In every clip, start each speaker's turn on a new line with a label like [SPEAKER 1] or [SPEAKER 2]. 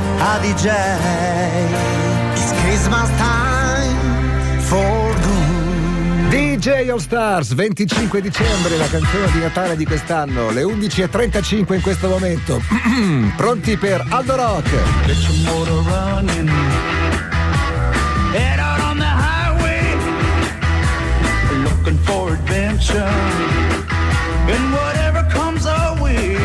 [SPEAKER 1] a DJ. It's Christmas time for good.
[SPEAKER 2] DJ All Stars, 25 dicembre, la canzone di Natale di quest'anno, le 11.35 in questo momento. Pronti per Aldo Rock?
[SPEAKER 3] Get your motor running. Head out on the highway. Looking for adventure. And whatever comes our way.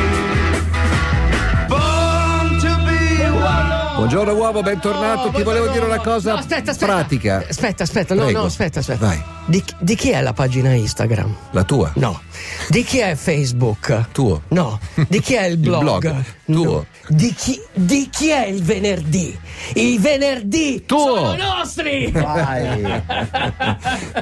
[SPEAKER 3] Born to be wild.
[SPEAKER 2] Buongiorno uomo, bentornato. Ti volevo dire una cosa
[SPEAKER 4] No, aspetta, aspetta.
[SPEAKER 2] pratica.
[SPEAKER 4] Aspetta, aspetta, no,
[SPEAKER 2] Prego.
[SPEAKER 4] no, aspetta, aspetta.
[SPEAKER 2] Vai.
[SPEAKER 4] Di, chi- di chi è la pagina Instagram?
[SPEAKER 2] La tua?
[SPEAKER 4] No. Di chi è Facebook?
[SPEAKER 2] Tuo.
[SPEAKER 4] No. Di chi è il blog?
[SPEAKER 2] blog.
[SPEAKER 4] No.
[SPEAKER 2] Tuo.
[SPEAKER 4] Di, chi, di chi è il venerdì? I venerdì
[SPEAKER 2] Tuo.
[SPEAKER 4] sono nostri!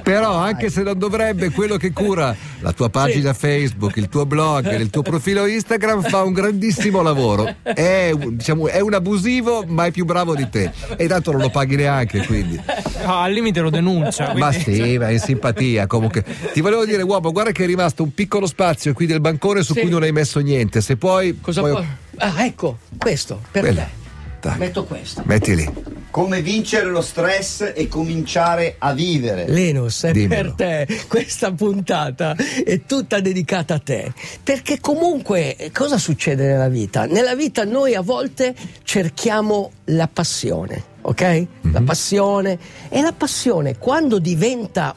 [SPEAKER 2] Però anche se non dovrebbe, quello che cura la tua pagina Facebook, il tuo blog, il tuo profilo Instagram fa un grandissimo lavoro. È, un- diciamo, è un abusivo, ma è più bravo di te. E tanto non lo paghi neanche, quindi.
[SPEAKER 5] No, Ah, al limite lo denuncia.
[SPEAKER 2] Ma
[SPEAKER 5] quindi-
[SPEAKER 2] sì, ma è in simpatia comunque. Ti volevo dire, uomo, guarda che è rimasto un piccolo spazio qui del bancone su
[SPEAKER 4] Sì.
[SPEAKER 2] cui non hai messo niente. Se puoi...
[SPEAKER 4] Cosa
[SPEAKER 2] puoi-
[SPEAKER 4] può- Ah, ecco, questo, per
[SPEAKER 2] Quella.
[SPEAKER 4] te.
[SPEAKER 2] Dai,
[SPEAKER 4] Metto questo.
[SPEAKER 2] Metti lì.
[SPEAKER 6] Come vincere lo stress e cominciare a vivere.
[SPEAKER 4] Lenus, è
[SPEAKER 2] Dimmelo.
[SPEAKER 4] per te questa puntata è tutta dedicata a te, perché comunque eh, cosa succede nella vita? Nella vita noi a volte cerchiamo la passione, ok? La passione e la passione quando diventa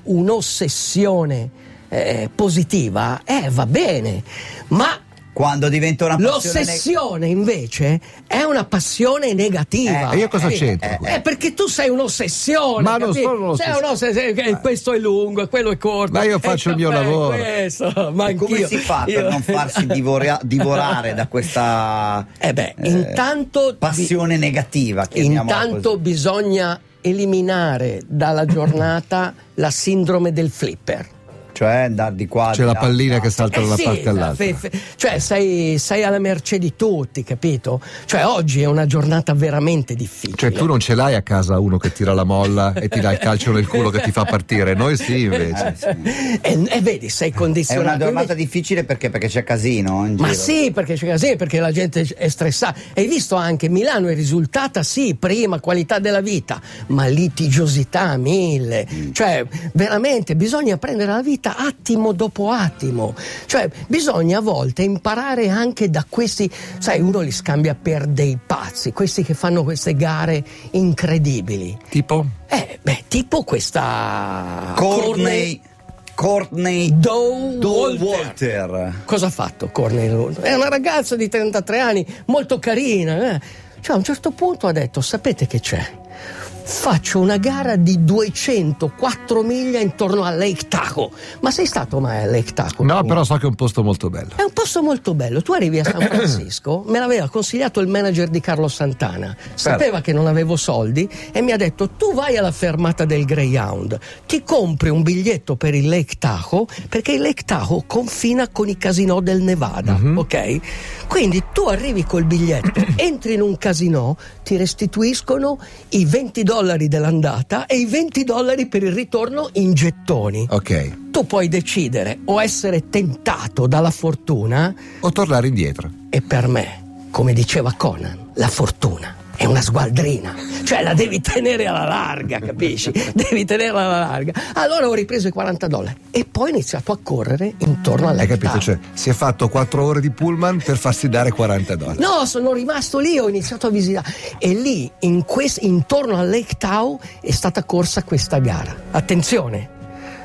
[SPEAKER 4] un'ossessione eh, positiva, eh va bene, ma
[SPEAKER 7] Quando diventa una passione
[SPEAKER 4] L'ossessione invece è una passione negativa.
[SPEAKER 2] Eh, e io cosa c'entro
[SPEAKER 4] Eh,
[SPEAKER 2] qui?
[SPEAKER 4] eh, perché tu sei un'ossessione.
[SPEAKER 2] Ma non
[SPEAKER 4] capito?
[SPEAKER 2] sono un'ossessione.
[SPEAKER 4] Sei un'ossessione, che questo è lungo, e quello è corto.
[SPEAKER 2] Ma io
[SPEAKER 4] e
[SPEAKER 2] faccio il mio
[SPEAKER 4] caffè è
[SPEAKER 2] lavoro.
[SPEAKER 4] questo, ma
[SPEAKER 7] E come
[SPEAKER 4] anch'io.
[SPEAKER 7] si fa per
[SPEAKER 4] Io-
[SPEAKER 7] non farsi divora- divorare da questa
[SPEAKER 4] Eh beh,
[SPEAKER 7] eh,
[SPEAKER 4] intanto vi-
[SPEAKER 7] passione negativa? chiamiamola
[SPEAKER 4] Intanto
[SPEAKER 7] così.
[SPEAKER 4] bisogna eliminare dalla giornata la sindrome del flipper.
[SPEAKER 7] cioè andare di qua.
[SPEAKER 2] C'è
[SPEAKER 7] di
[SPEAKER 2] la
[SPEAKER 7] là.
[SPEAKER 2] pallina che salta
[SPEAKER 4] Eh
[SPEAKER 2] da una
[SPEAKER 4] sì,
[SPEAKER 2] parte all'altra.
[SPEAKER 4] fe- fe- cioè sei, sei alla merce di tutti, capito? Cioè oggi è una giornata veramente difficile.
[SPEAKER 2] Cioè, tu non ce l'hai a casa uno che tira la molla e ti dà il calcio nel culo che ti fa partire, noi Eh, sì invece.
[SPEAKER 4] E, e vedi,
[SPEAKER 7] È
[SPEAKER 4] sei
[SPEAKER 7] una
[SPEAKER 4] condizionato.
[SPEAKER 7] giornata
[SPEAKER 4] invece-
[SPEAKER 7] difficile perché, perché c'è casino in
[SPEAKER 4] Ma
[SPEAKER 7] giro.
[SPEAKER 4] sì, perché c'è casino, perché la gente è stressata. Hai visto anche Milano è risultata, sì, prima qualità della vita, ma litigiosità a mille. Cioè, veramente bisogna prendere la vita attimo dopo attimo. Cioè, bisogna a volte imparare anche da questi, sai, uno li scambia per dei pazzi, questi che fanno queste gare incredibili.
[SPEAKER 2] Tipo?
[SPEAKER 4] Eh, beh, tipo questa
[SPEAKER 7] Courtney Courtney
[SPEAKER 4] Doe
[SPEAKER 7] Doe
[SPEAKER 4] Walter.
[SPEAKER 7] Walter.
[SPEAKER 4] Cosa ha fatto Cornel Road? È una ragazza di 33 anni, molto carina. eh. Cioè, a un certo punto ha detto: Sapete che c'è? Faccio una gara di 204 miglia intorno a Lake Tahoe. Ma sei stato mai a Lake Tahoe?
[SPEAKER 2] No,
[SPEAKER 4] tu?
[SPEAKER 2] però so che è un posto molto bello.
[SPEAKER 4] È un posto molto bello. Tu arrivi a San Francisco, me l'aveva consigliato il manager di Carlo Santana. Sapeva che non avevo soldi e mi ha detto: Tu vai alla fermata del Greyhound, ti compri un biglietto per il Lake Tahoe, perché il Lake Tahoe confina con i casinò del Nevada, ok? Quindi tu arrivi col biglietto, entri in un casinò, ti restituiscono i 20 dollari dell'andata e i 20 dollari per il ritorno in gettoni.
[SPEAKER 2] Ok,
[SPEAKER 4] Tu puoi decidere o essere tentato dalla fortuna
[SPEAKER 2] o tornare indietro.
[SPEAKER 4] e per me, come diceva Conan, la fortuna è una sgualdrina, cioè la devi tenere alla larga, capisci? Devi tenerla alla larga. Allora ho ripreso i 40 dollari e poi ho iniziato a correre intorno alla
[SPEAKER 2] Hai capito? Cioè, si è fatto 4 ore di pullman per farsi dare 40 dollari.
[SPEAKER 4] No, sono rimasto lì, ho iniziato a visitare. E lì, in quest- intorno al Lake Tao, è stata corsa questa gara. Attenzione,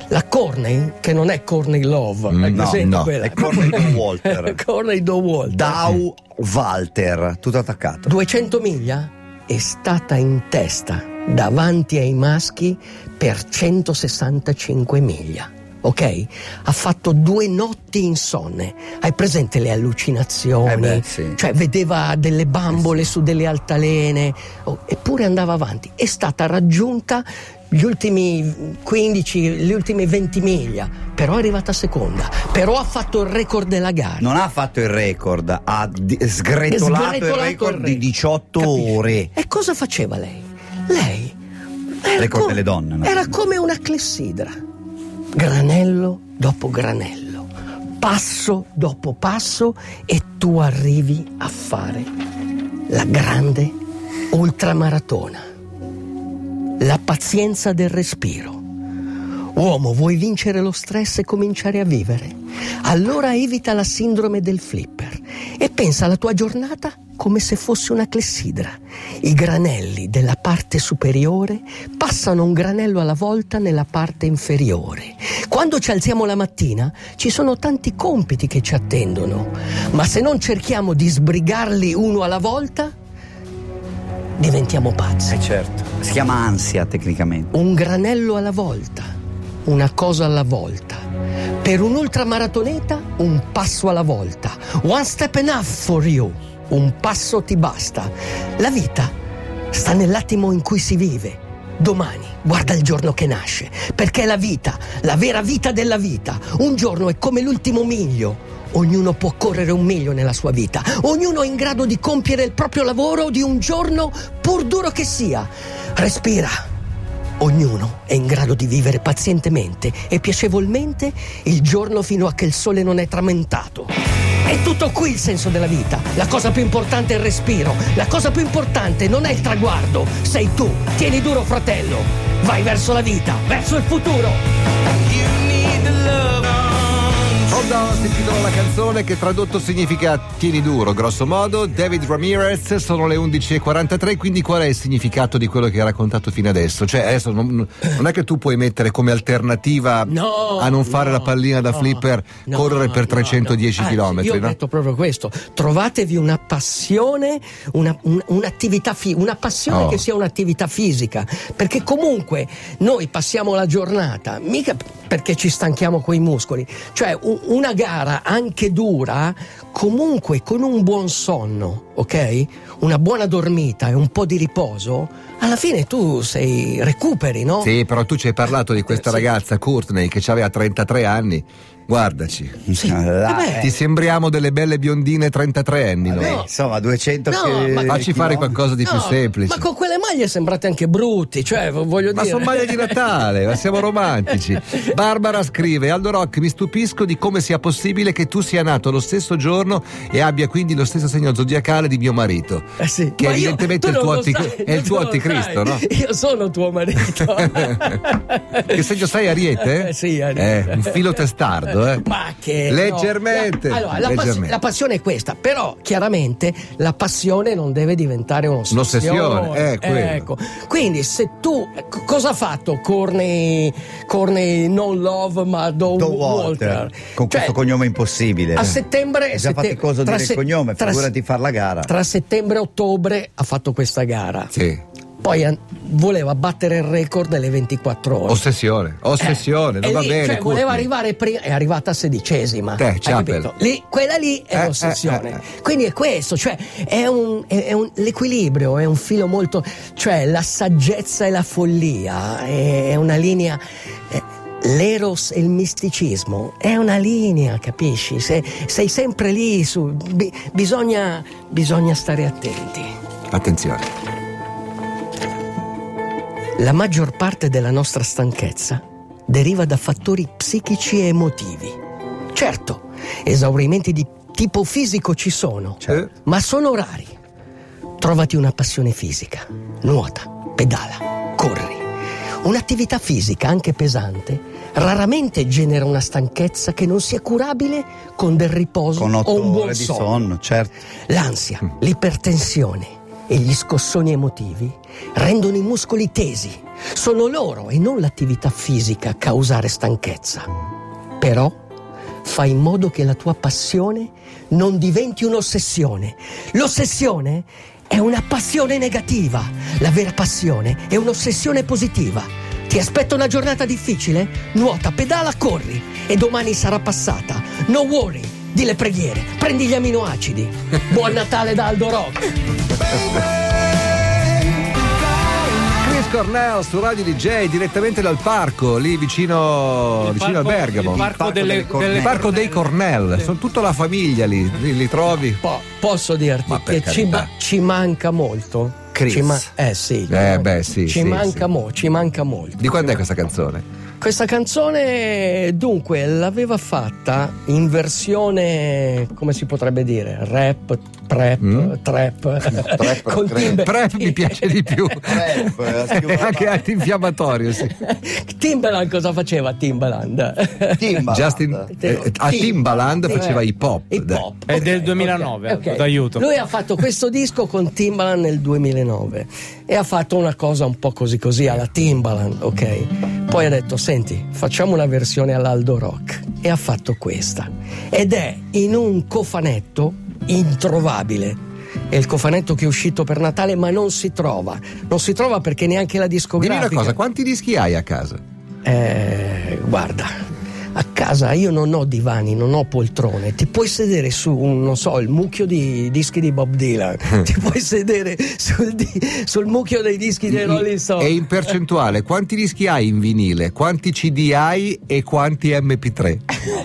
[SPEAKER 4] la Corney, che non è Corney Love,
[SPEAKER 2] Mm,
[SPEAKER 4] è
[SPEAKER 2] no,
[SPEAKER 4] presente
[SPEAKER 2] no,
[SPEAKER 4] quella?
[SPEAKER 7] è Corney Doe Walter.
[SPEAKER 4] Corney Doe Walter.
[SPEAKER 7] Dow Walter, tutto attaccato.
[SPEAKER 4] 200 miglia è stata in testa davanti ai maschi per 165 miglia. Ok? Ha fatto due notti insonne. Hai presente le allucinazioni?
[SPEAKER 7] Eh beh, sì. Eh
[SPEAKER 4] Cioè, vedeva delle bambole su delle altalene, oh, eppure andava avanti. È stata raggiunta gli ultimi 15, gli ultimi 20 miglia, però è arrivata seconda, però ha fatto il record della gara.
[SPEAKER 7] Non ha fatto il record, ha di- sgretolato, il record di 18
[SPEAKER 4] Capisci?
[SPEAKER 7] ore.
[SPEAKER 4] E cosa faceva lei? Lei era,
[SPEAKER 7] Record delle donne, no?
[SPEAKER 4] era come una clessidra, granello dopo granello, passo dopo passo e tu arrivi a fare la grande Ultramaratona. La pazienza del respiro. Uomo, vuoi vincere lo stress e cominciare a vivere? Allora evita la sindrome del flipper e pensa alla tua giornata come se fosse una clessidra. I granelli della parte superiore passano un granello alla volta nella parte inferiore. Quando ci alziamo la mattina ci sono tanti compiti che ci attendono, ma se non cerchiamo di sbrigarli uno alla volta, diventiamo pazzi.
[SPEAKER 7] Eh certo. Si chiama ansia tecnicamente.
[SPEAKER 4] Un granello alla volta, una cosa alla volta. Per un ultramaratoneta, un passo alla volta. One step enough for you. Un passo ti basta. La vita sta nell'attimo in cui si vive. Domani, guarda il giorno che nasce, perché la vita, la vera vita della vita, un giorno è come l'ultimo miglio. Ognuno può correre un miglio nella sua vita, ognuno è in grado di compiere il proprio lavoro di un giorno, pur duro che sia. Respira. Ognuno è in grado di vivere pazientemente e piacevolmente il giorno fino a che il sole non è tramentato. È tutto qui il senso della vita. La cosa più importante è il respiro. La cosa più importante non è il traguardo. Sei tu. Tieni duro, fratello. Vai verso la vita, verso il futuro.
[SPEAKER 2] Onda Osti, titolo la canzone che tradotto significa tieni duro, grosso modo. David Ramirez, sono le 11.43, quindi qual è il significato di quello che hai raccontato fino adesso? Cioè, adesso non, non è che tu puoi mettere come alternativa
[SPEAKER 4] No,
[SPEAKER 2] a non fare
[SPEAKER 4] no,
[SPEAKER 2] la pallina da
[SPEAKER 4] no,
[SPEAKER 2] flipper,
[SPEAKER 4] no,
[SPEAKER 2] correre per
[SPEAKER 4] no,
[SPEAKER 2] 310
[SPEAKER 4] no. Anzi,
[SPEAKER 2] km.
[SPEAKER 4] Io ho
[SPEAKER 2] no?
[SPEAKER 4] detto proprio questo: trovatevi una passione, una, un- un'attività fi- una passione
[SPEAKER 2] Oh.
[SPEAKER 4] che sia un'attività fisica. Perché comunque noi passiamo la giornata, mica p- perché ci stanchiamo coi muscoli. Cioè, u- una gara anche dura, comunque con un buon sonno, ok? Una buona dormita e un po' di riposo, alla fine tu sei recuperi, no?
[SPEAKER 2] Sì, però tu ci hai parlato di questa
[SPEAKER 4] Sì.
[SPEAKER 2] ragazza, Courtney, che aveva 33 anni. Guardaci,
[SPEAKER 4] Sì.
[SPEAKER 7] Là,
[SPEAKER 4] Vabbè.
[SPEAKER 2] ti sembriamo delle belle biondine 33 anni.
[SPEAKER 7] Vabbè,
[SPEAKER 2] noi.
[SPEAKER 4] Eh. Ah, no.
[SPEAKER 7] eh, Insomma, 200
[SPEAKER 4] No,
[SPEAKER 7] che-
[SPEAKER 4] ma-
[SPEAKER 2] Facci fare qualcosa di più
[SPEAKER 4] No,
[SPEAKER 2] semplice.
[SPEAKER 4] Ma con quelle maglie sembrate anche brutti, cioè v- voglio
[SPEAKER 2] Ma
[SPEAKER 4] dire.
[SPEAKER 2] sono maglie di Natale, ma siamo romantici. Barbara scrive: Allora, Rock, mi stupisco di come sia possibile che tu sia nato lo stesso giorno e abbia quindi lo stesso segno zodiacale di mio marito.
[SPEAKER 4] Eh sì.
[SPEAKER 2] Che
[SPEAKER 4] Ma io-
[SPEAKER 2] evidentemente
[SPEAKER 4] tu
[SPEAKER 2] è il
[SPEAKER 4] non
[SPEAKER 2] tuo
[SPEAKER 4] lo
[SPEAKER 2] antic-
[SPEAKER 4] sai,
[SPEAKER 2] è il
[SPEAKER 4] tu
[SPEAKER 2] tuo
[SPEAKER 4] non lo
[SPEAKER 2] anticristo,
[SPEAKER 4] sai. Io sono tuo marito.
[SPEAKER 2] Che segno sei, Ariete?
[SPEAKER 4] Eh, sì, Ariete.
[SPEAKER 2] Eh, un filo testardo, eh.
[SPEAKER 4] Ma che no.
[SPEAKER 2] Leggermente.
[SPEAKER 4] La- allora, la, passi-
[SPEAKER 2] Leggermente.
[SPEAKER 4] la passione è questa, però chiaramente la passione non deve diventare un'ossessione.
[SPEAKER 2] Un'ossessione, eh, quello.
[SPEAKER 4] ecco. Quindi se tu co- cosa ha fatto Corney, Corney non Love ma Don,
[SPEAKER 7] Don
[SPEAKER 4] Walter?
[SPEAKER 7] Walter, con
[SPEAKER 4] Cioè,
[SPEAKER 7] questo cognome impossibile.
[SPEAKER 4] A settembre
[SPEAKER 7] È già
[SPEAKER 4] sette-
[SPEAKER 7] faticoso
[SPEAKER 4] tra
[SPEAKER 7] dire
[SPEAKER 4] se-
[SPEAKER 7] il cognome,
[SPEAKER 4] tra se-
[SPEAKER 7] figurati far la gara.
[SPEAKER 4] Tra settembre e ottobre ha fatto questa gara.
[SPEAKER 2] Sì.
[SPEAKER 4] Poi an- voleva battere il record delle 24 ore.
[SPEAKER 2] Ossessione, ossessione,
[SPEAKER 4] Oh. Eh,
[SPEAKER 2] non
[SPEAKER 4] e
[SPEAKER 2] va
[SPEAKER 4] lì,
[SPEAKER 2] bene.
[SPEAKER 4] Cioè,
[SPEAKER 2] Courtney.
[SPEAKER 4] voleva arrivare prima, è arrivata a sedicesima.
[SPEAKER 2] Te,
[SPEAKER 4] Hai
[SPEAKER 2] Chapel.
[SPEAKER 4] capito? Lì- quella lì è
[SPEAKER 2] Eh,
[SPEAKER 4] l'ossessione.
[SPEAKER 2] eh,
[SPEAKER 4] Quindi è questo, cioè, è un, è- è un- l'equilibrio, è un filo molto. cioè, la saggezza e la follia è, è una linea. eh, L'eros e il misticismo è una linea, capisci? Se- sei sempre lì, su, bi- bisogna, bisogna stare attenti.
[SPEAKER 2] Attenzione.
[SPEAKER 4] La maggior parte della nostra stanchezza deriva da fattori psichici e emotivi. Certo, esaurimenti di tipo fisico ci sono,
[SPEAKER 2] Certo.
[SPEAKER 4] ma sono rari. Trovati una passione fisica, nuota, pedala, corri. Un'attività fisica, anche pesante, raramente genera una stanchezza che non sia curabile con del riposo
[SPEAKER 7] con 8
[SPEAKER 4] o un buon
[SPEAKER 7] ore di
[SPEAKER 4] sonno.
[SPEAKER 7] sonno, certo.
[SPEAKER 4] L'ansia, l'ipertensione e gli scossoni emotivi rendono i muscoli tesi. Sono loro e non l'attività fisica a causare stanchezza. Però fai in modo che la tua passione non diventi un'ossessione. L'ossessione è una passione negativa. La vera passione è un'ossessione positiva. Ti aspetta una giornata difficile? Nuota, pedala, corri e domani sarà passata. No worry, di le preghiere, prendi gli aminoacidi. Buon Natale da Aldo Rock.
[SPEAKER 2] Chris Cornell su Radio DJ direttamente dal parco, lì vicino,
[SPEAKER 5] Il
[SPEAKER 2] oh, vicino
[SPEAKER 5] parco-
[SPEAKER 2] a Bergamo.
[SPEAKER 5] il parco delle-
[SPEAKER 2] Il
[SPEAKER 5] delle
[SPEAKER 2] parco dei Cornell, sono tutta la famiglia lì, li, li trovi.
[SPEAKER 4] Po- posso dirti
[SPEAKER 2] Ma per
[SPEAKER 4] che ci,
[SPEAKER 2] carità.
[SPEAKER 4] ma- ci manca molto.
[SPEAKER 2] Chris.
[SPEAKER 4] Ci ma- eh sì.
[SPEAKER 2] Eh, beh, sì,
[SPEAKER 4] Ci
[SPEAKER 2] sì,
[SPEAKER 4] manca
[SPEAKER 2] sì.
[SPEAKER 4] mo- ci manca molto.
[SPEAKER 2] Di quando è questa canzone?
[SPEAKER 4] Questa canzone, dunque, l'aveva fatta in versione, come si potrebbe dire, rap, prep,
[SPEAKER 2] Mm?
[SPEAKER 4] trap,
[SPEAKER 6] Trap,
[SPEAKER 4] col
[SPEAKER 6] trap.
[SPEAKER 4] timbre-
[SPEAKER 2] Prep mi piace di più.
[SPEAKER 6] Prep,
[SPEAKER 7] eh,
[SPEAKER 6] la
[SPEAKER 2] è
[SPEAKER 6] scrivo-
[SPEAKER 2] anche antinfiammatorio,
[SPEAKER 4] Ecco,
[SPEAKER 2] sì.
[SPEAKER 4] Timbaland cosa faceva Timbaland?
[SPEAKER 6] Timbaland.
[SPEAKER 2] Justin, eh, a Timbaland faceva
[SPEAKER 4] Eh,
[SPEAKER 2] hip hop.
[SPEAKER 4] hip
[SPEAKER 2] dai.
[SPEAKER 4] hop,
[SPEAKER 5] È
[SPEAKER 4] ok,
[SPEAKER 5] del
[SPEAKER 4] ok,
[SPEAKER 5] 2009,
[SPEAKER 4] ok.
[SPEAKER 5] allora, d'aiuto.
[SPEAKER 4] Lui ha fatto questo disco con Timbaland nel 2009 e ha fatto una cosa un po' così così alla Timbaland, ok? Poi ha detto, senti, facciamo una versione all'Aldo Rock e ha fatto questa. Ed è in un cofanetto introvabile. È il cofanetto che è uscito per Natale, ma non si trova. Non si trova perché neanche la
[SPEAKER 2] Dimmi
[SPEAKER 4] discografica.
[SPEAKER 2] una cosa, quanti dischi hai a casa?
[SPEAKER 4] Eh, guarda, a casa io non ho divani, non ho poltrone. Ti puoi sedere su, un, non so, il mucchio di dischi di Bob
[SPEAKER 2] Eh.
[SPEAKER 4] Dylan. Ti puoi sedere sul, di- sul mucchio dei dischi dei Rolling Stones.
[SPEAKER 2] E in percentuale, quanti dischi hai in vinile? Quanti CD hai e quanti MP3?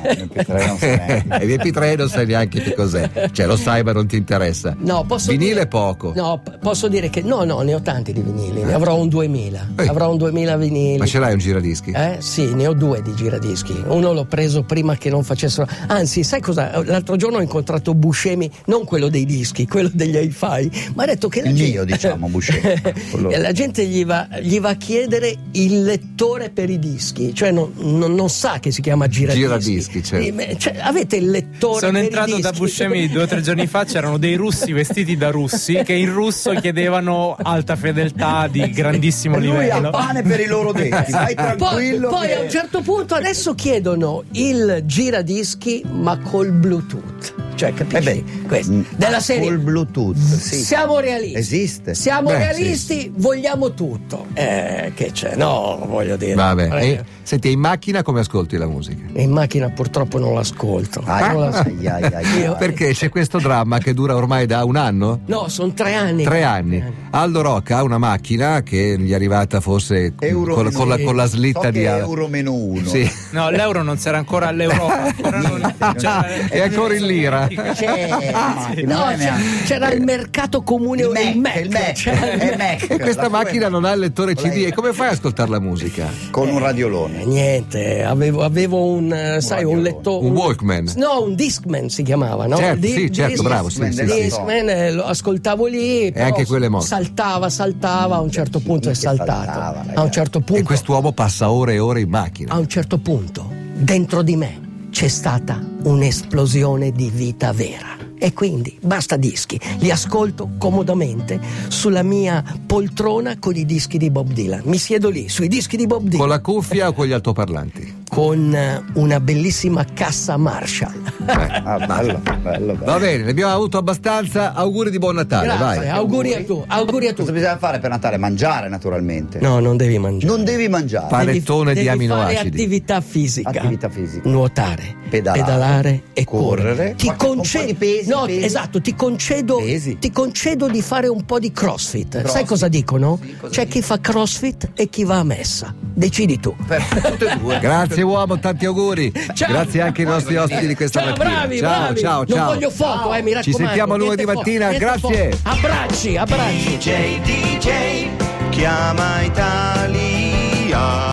[SPEAKER 6] MP3 non se ne è.
[SPEAKER 2] Eh, MP3 non sai neanche che cos'è. Cioè, lo sai, ma non ti interessa.
[SPEAKER 4] No, posso
[SPEAKER 2] Vinile
[SPEAKER 4] dire-
[SPEAKER 2] poco.
[SPEAKER 4] No, p- posso dire che no, no, ne ho tanti di vinili, ne avrò un 2000.
[SPEAKER 2] Eh.
[SPEAKER 4] Avrò un 2000 vinili.
[SPEAKER 2] Ma ce l'hai un giradischi?
[SPEAKER 4] Eh, sì, ne ho due di giradischi. Uno l'ho preso prima che non facessero. Anzi, sai cosa? L'altro giorno ho incontrato Buscemi, non quello dei dischi, quello degli hi-fi, ma ha detto che la
[SPEAKER 7] Il
[SPEAKER 4] gente-
[SPEAKER 7] mio, diciamo, Buscemi. Quello-
[SPEAKER 4] la gente gli va, gli va a chiedere il lettore per i dischi, cioè non, non- non sa che si chiama giradischi.
[SPEAKER 2] Giradischi, certo.
[SPEAKER 4] Eh, ma- cioè, avete il lettore
[SPEAKER 5] Sono
[SPEAKER 4] per i
[SPEAKER 5] entrato da
[SPEAKER 4] dischi?
[SPEAKER 5] Buscemi due o tre giorni fa, c'erano dei russi vestiti da russi che in russo chiedevano alta fedeltà di grandissimo
[SPEAKER 7] Lui ha
[SPEAKER 5] livello.
[SPEAKER 7] pane per i loro denti, vai
[SPEAKER 4] Poi,
[SPEAKER 7] tranquillo.
[SPEAKER 4] poi
[SPEAKER 7] che-
[SPEAKER 4] a un certo punto adesso chiedono il giradischi ma col Bluetooth. Cioè,
[SPEAKER 7] Eh
[SPEAKER 4] capisci?
[SPEAKER 7] beh,
[SPEAKER 4] Questo.
[SPEAKER 7] mm,
[SPEAKER 4] Della serie. Mm,
[SPEAKER 7] Col Bluetooth, sì.
[SPEAKER 4] Siamo realisti.
[SPEAKER 7] Esiste.
[SPEAKER 4] Siamo
[SPEAKER 2] Beh,
[SPEAKER 4] realisti, vogliamo tutto. Eh, che c'è? No, voglio dire.
[SPEAKER 2] Vabbè.
[SPEAKER 4] Eh,
[SPEAKER 2] E, senti, in macchina come ascolti la musica?
[SPEAKER 4] In macchina purtroppo non l'ascolto.
[SPEAKER 7] Ai,
[SPEAKER 4] Non l'ascolto.
[SPEAKER 7] ai, ai, ai, ai.
[SPEAKER 2] Perché c'è questo dramma che dura ormai da un anno?
[SPEAKER 4] No, sono tre anni.
[SPEAKER 2] Tre anni. Aldo Rocca ha una macchina che gli è arrivata forse
[SPEAKER 7] Euro
[SPEAKER 2] con, con la,
[SPEAKER 7] meno-
[SPEAKER 2] con la slitta
[SPEAKER 7] so
[SPEAKER 2] di
[SPEAKER 7] che è
[SPEAKER 2] ala.
[SPEAKER 7] euro meno uno.
[SPEAKER 2] Sì.
[SPEAKER 5] No, l'euro non c'era ancora all'Europa. ancora non- cioè,
[SPEAKER 2] È ancora in lira.
[SPEAKER 7] C'è, Ah, ma-
[SPEAKER 4] Cioè, No,
[SPEAKER 7] non è
[SPEAKER 4] c'era,
[SPEAKER 7] neanche-
[SPEAKER 4] c'era il mercato comune
[SPEAKER 7] il
[SPEAKER 4] il
[SPEAKER 7] Mac, il Mac, Eh,
[SPEAKER 4] cioè-
[SPEAKER 7] è Mac.
[SPEAKER 2] E questa
[SPEAKER 7] La tua-
[SPEAKER 2] macchina non ha il lettore CD. E come fai ad ascoltare la musica?
[SPEAKER 7] con un
[SPEAKER 4] Eh,
[SPEAKER 7] radiolone.
[SPEAKER 4] Niente, avevo, avevo un, eh, sai, un
[SPEAKER 7] radiolone.
[SPEAKER 4] lettore.
[SPEAKER 2] Un Walkman.
[SPEAKER 4] No, un Discman si chiamava, no?
[SPEAKER 2] Certo, sì, certo, bravo, sì, sì, sì.
[SPEAKER 4] Discman, eh, lo ascoltavo lì. però
[SPEAKER 2] anche quello è morto.
[SPEAKER 4] Saltava, saltava, a un certo punto è
[SPEAKER 7] che
[SPEAKER 4] saltato.
[SPEAKER 7] saltava, ragazzi.
[SPEAKER 4] a un certo punto.
[SPEAKER 2] E quest'uomo passa ore e ore in macchina.
[SPEAKER 4] A un certo punto, dentro di me c'è stata un'esplosione di vita vera. E quindi basta dischi, li ascolto comodamente sulla mia poltrona con i dischi di Bob Dylan. Mi siedo lì sui dischi di Bob Dylan
[SPEAKER 2] Con la cuffia o con gli altoparlanti?
[SPEAKER 4] con eh, una bellissima cassa Marshall.
[SPEAKER 7] Ah, bello, bello, bello.
[SPEAKER 2] Va bene, ne abbiamo avuto abbastanza. Auguri di buon Natale,
[SPEAKER 4] Grazie,
[SPEAKER 2] vai.
[SPEAKER 4] auguri a tu, auguri a
[SPEAKER 7] Cosa
[SPEAKER 4] tu.
[SPEAKER 7] bisogna fare per Natale? Mangiare, naturalmente.
[SPEAKER 4] No, non devi mangiare.
[SPEAKER 7] Non devi mangiare.
[SPEAKER 2] Fare-
[SPEAKER 4] Devi-
[SPEAKER 2] panettone di
[SPEAKER 4] devi
[SPEAKER 2] aminoacidi.
[SPEAKER 4] Fare attività fisica.
[SPEAKER 7] Attività fisica.
[SPEAKER 4] Nuotare,
[SPEAKER 7] Pedalare,
[SPEAKER 4] pedalare, e correre.
[SPEAKER 7] correre.
[SPEAKER 4] Ti
[SPEAKER 7] Qualche- un po'
[SPEAKER 4] concedo
[SPEAKER 7] di pesi,
[SPEAKER 4] No,
[SPEAKER 7] pesi.
[SPEAKER 4] esatto, ti concedo
[SPEAKER 7] Pesi.
[SPEAKER 4] ti concedo di fare un po' di crossfit. Sai
[SPEAKER 7] Crossfit.
[SPEAKER 4] cosa dicono?
[SPEAKER 7] Sì, cosa
[SPEAKER 4] C'è chi fa crossfit e chi va a messa. Decidi tu.
[SPEAKER 7] Per tutte e due.
[SPEAKER 2] Grazie uomo, tanti auguri.
[SPEAKER 4] eh. Ciao.
[SPEAKER 2] Grazie anche ai nostri ospiti di questa
[SPEAKER 4] Ciao,
[SPEAKER 2] mattina.
[SPEAKER 4] bravi,
[SPEAKER 2] ciao,
[SPEAKER 4] bravi.
[SPEAKER 2] ciao,
[SPEAKER 4] Non
[SPEAKER 2] ciao.
[SPEAKER 4] voglio foto, eh, mi raccomando.
[SPEAKER 2] sentiamo lunedì
[SPEAKER 4] niente foto,
[SPEAKER 2] mattina,
[SPEAKER 4] niente
[SPEAKER 2] grazie.
[SPEAKER 4] foto. Abbracci, abbracci.
[SPEAKER 3] DJ, DJ, chiama Italia.